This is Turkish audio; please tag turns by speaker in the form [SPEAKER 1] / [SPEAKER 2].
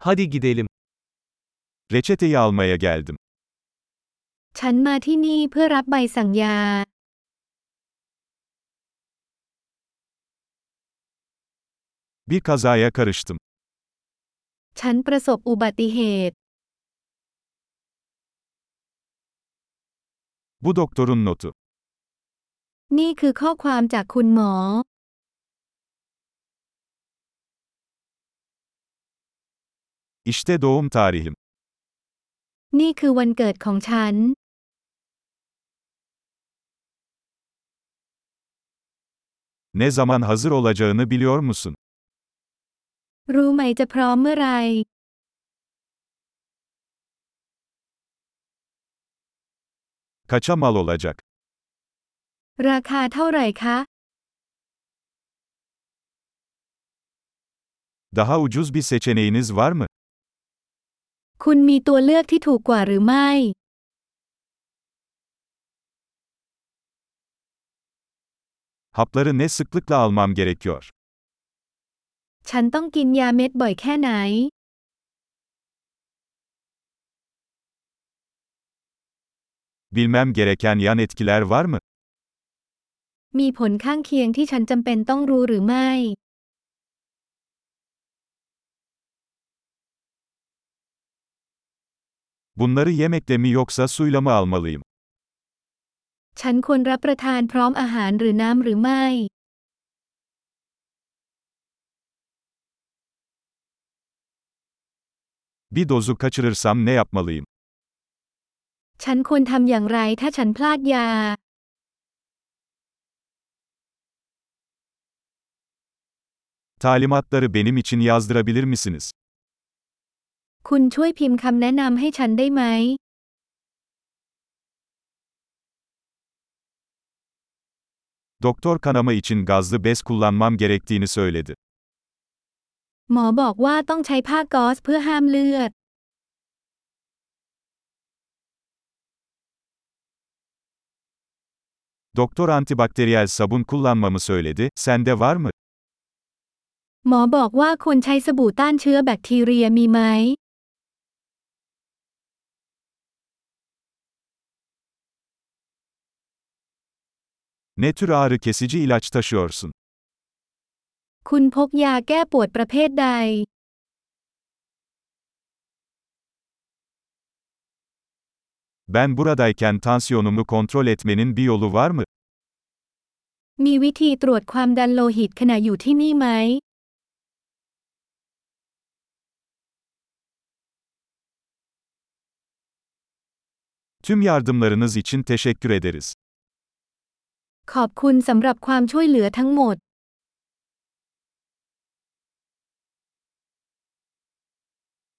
[SPEAKER 1] Hadi gidelim. Reçeteyi almaya geldim.
[SPEAKER 2] ฉันมาที่นี่เพื่อรับใบสั่งยา
[SPEAKER 1] Bir kazaya karıştım.
[SPEAKER 2] ฉันประสบอุบัติเหตุ
[SPEAKER 1] Bu doktorun notu.
[SPEAKER 2] นี่คือข้อความจากคุณหมอ
[SPEAKER 1] İşte doğum tarihim.
[SPEAKER 2] นี่คือวันเกิดของฉัน
[SPEAKER 1] Ne zaman hazır olacağını biliyor musun?
[SPEAKER 2] รู้ไหมจะพร้อมเมื่อไหร
[SPEAKER 1] Kaça mal olacak?
[SPEAKER 2] ราคาเท่าไหร่คะ
[SPEAKER 1] Daha ucuz bir seçeneğiniz var mı?
[SPEAKER 2] คุณมีตัวเลือกที่ถูกกว่าหรือไม่
[SPEAKER 1] Hapları ne sıklıkla almam gerekiyor?
[SPEAKER 2] ฉันต้องกินยาเม็ดบ่อยแค่ไหน
[SPEAKER 1] Bilmem gereken yan etkiler var mı?
[SPEAKER 2] มีผลข้างเคียงที่ฉันจำเป็นต้องรู้หรือไม่
[SPEAKER 1] Bunları yemekle mi yoksa suyla mı almalıyım?
[SPEAKER 2] ฉันควรรับประทานพร้อมอาหารหรือน้ำหรือไม่
[SPEAKER 1] Bir dozu kaçırırsam ne yapmalıyım?
[SPEAKER 2] ฉันควรทำอย่างไรถ้าฉันพลาดยา
[SPEAKER 1] Talimatları benim için yazdırabilir misiniz?
[SPEAKER 2] คุณช่วยพิมพ์คำแนะนำให้ฉันได้ไหม
[SPEAKER 1] Doktor kanama için gazlı bez kullanmam gerektiğini söyledi.
[SPEAKER 2] หมอบอกว่าต้องใช้ผ้าก๊อซเพื่อห้ามเลือด
[SPEAKER 1] Doktor antibakteriyel sabun kullanmamı söyledi, sende var mı?
[SPEAKER 2] หมอบอกว่าควรใช้สบู่ต้านเชื้อแบคทีเรียมีไหม
[SPEAKER 1] Ne tür ağrı kesici ilaç taşıyorsun?
[SPEAKER 2] คุณพกยาแก้ปวดประเภทใด
[SPEAKER 1] Ben buradayken tansiyonumu kontrol etmenin bir yolu var mı?
[SPEAKER 2] มีวิธีตรวจความดันโลหิตขณะอยู่ที่นี่ไหม
[SPEAKER 1] Tüm yardımlarınız için teşekkür ederiz.
[SPEAKER 2] ขอบคุณสำหรับความช่วยเหลือทั้งหมด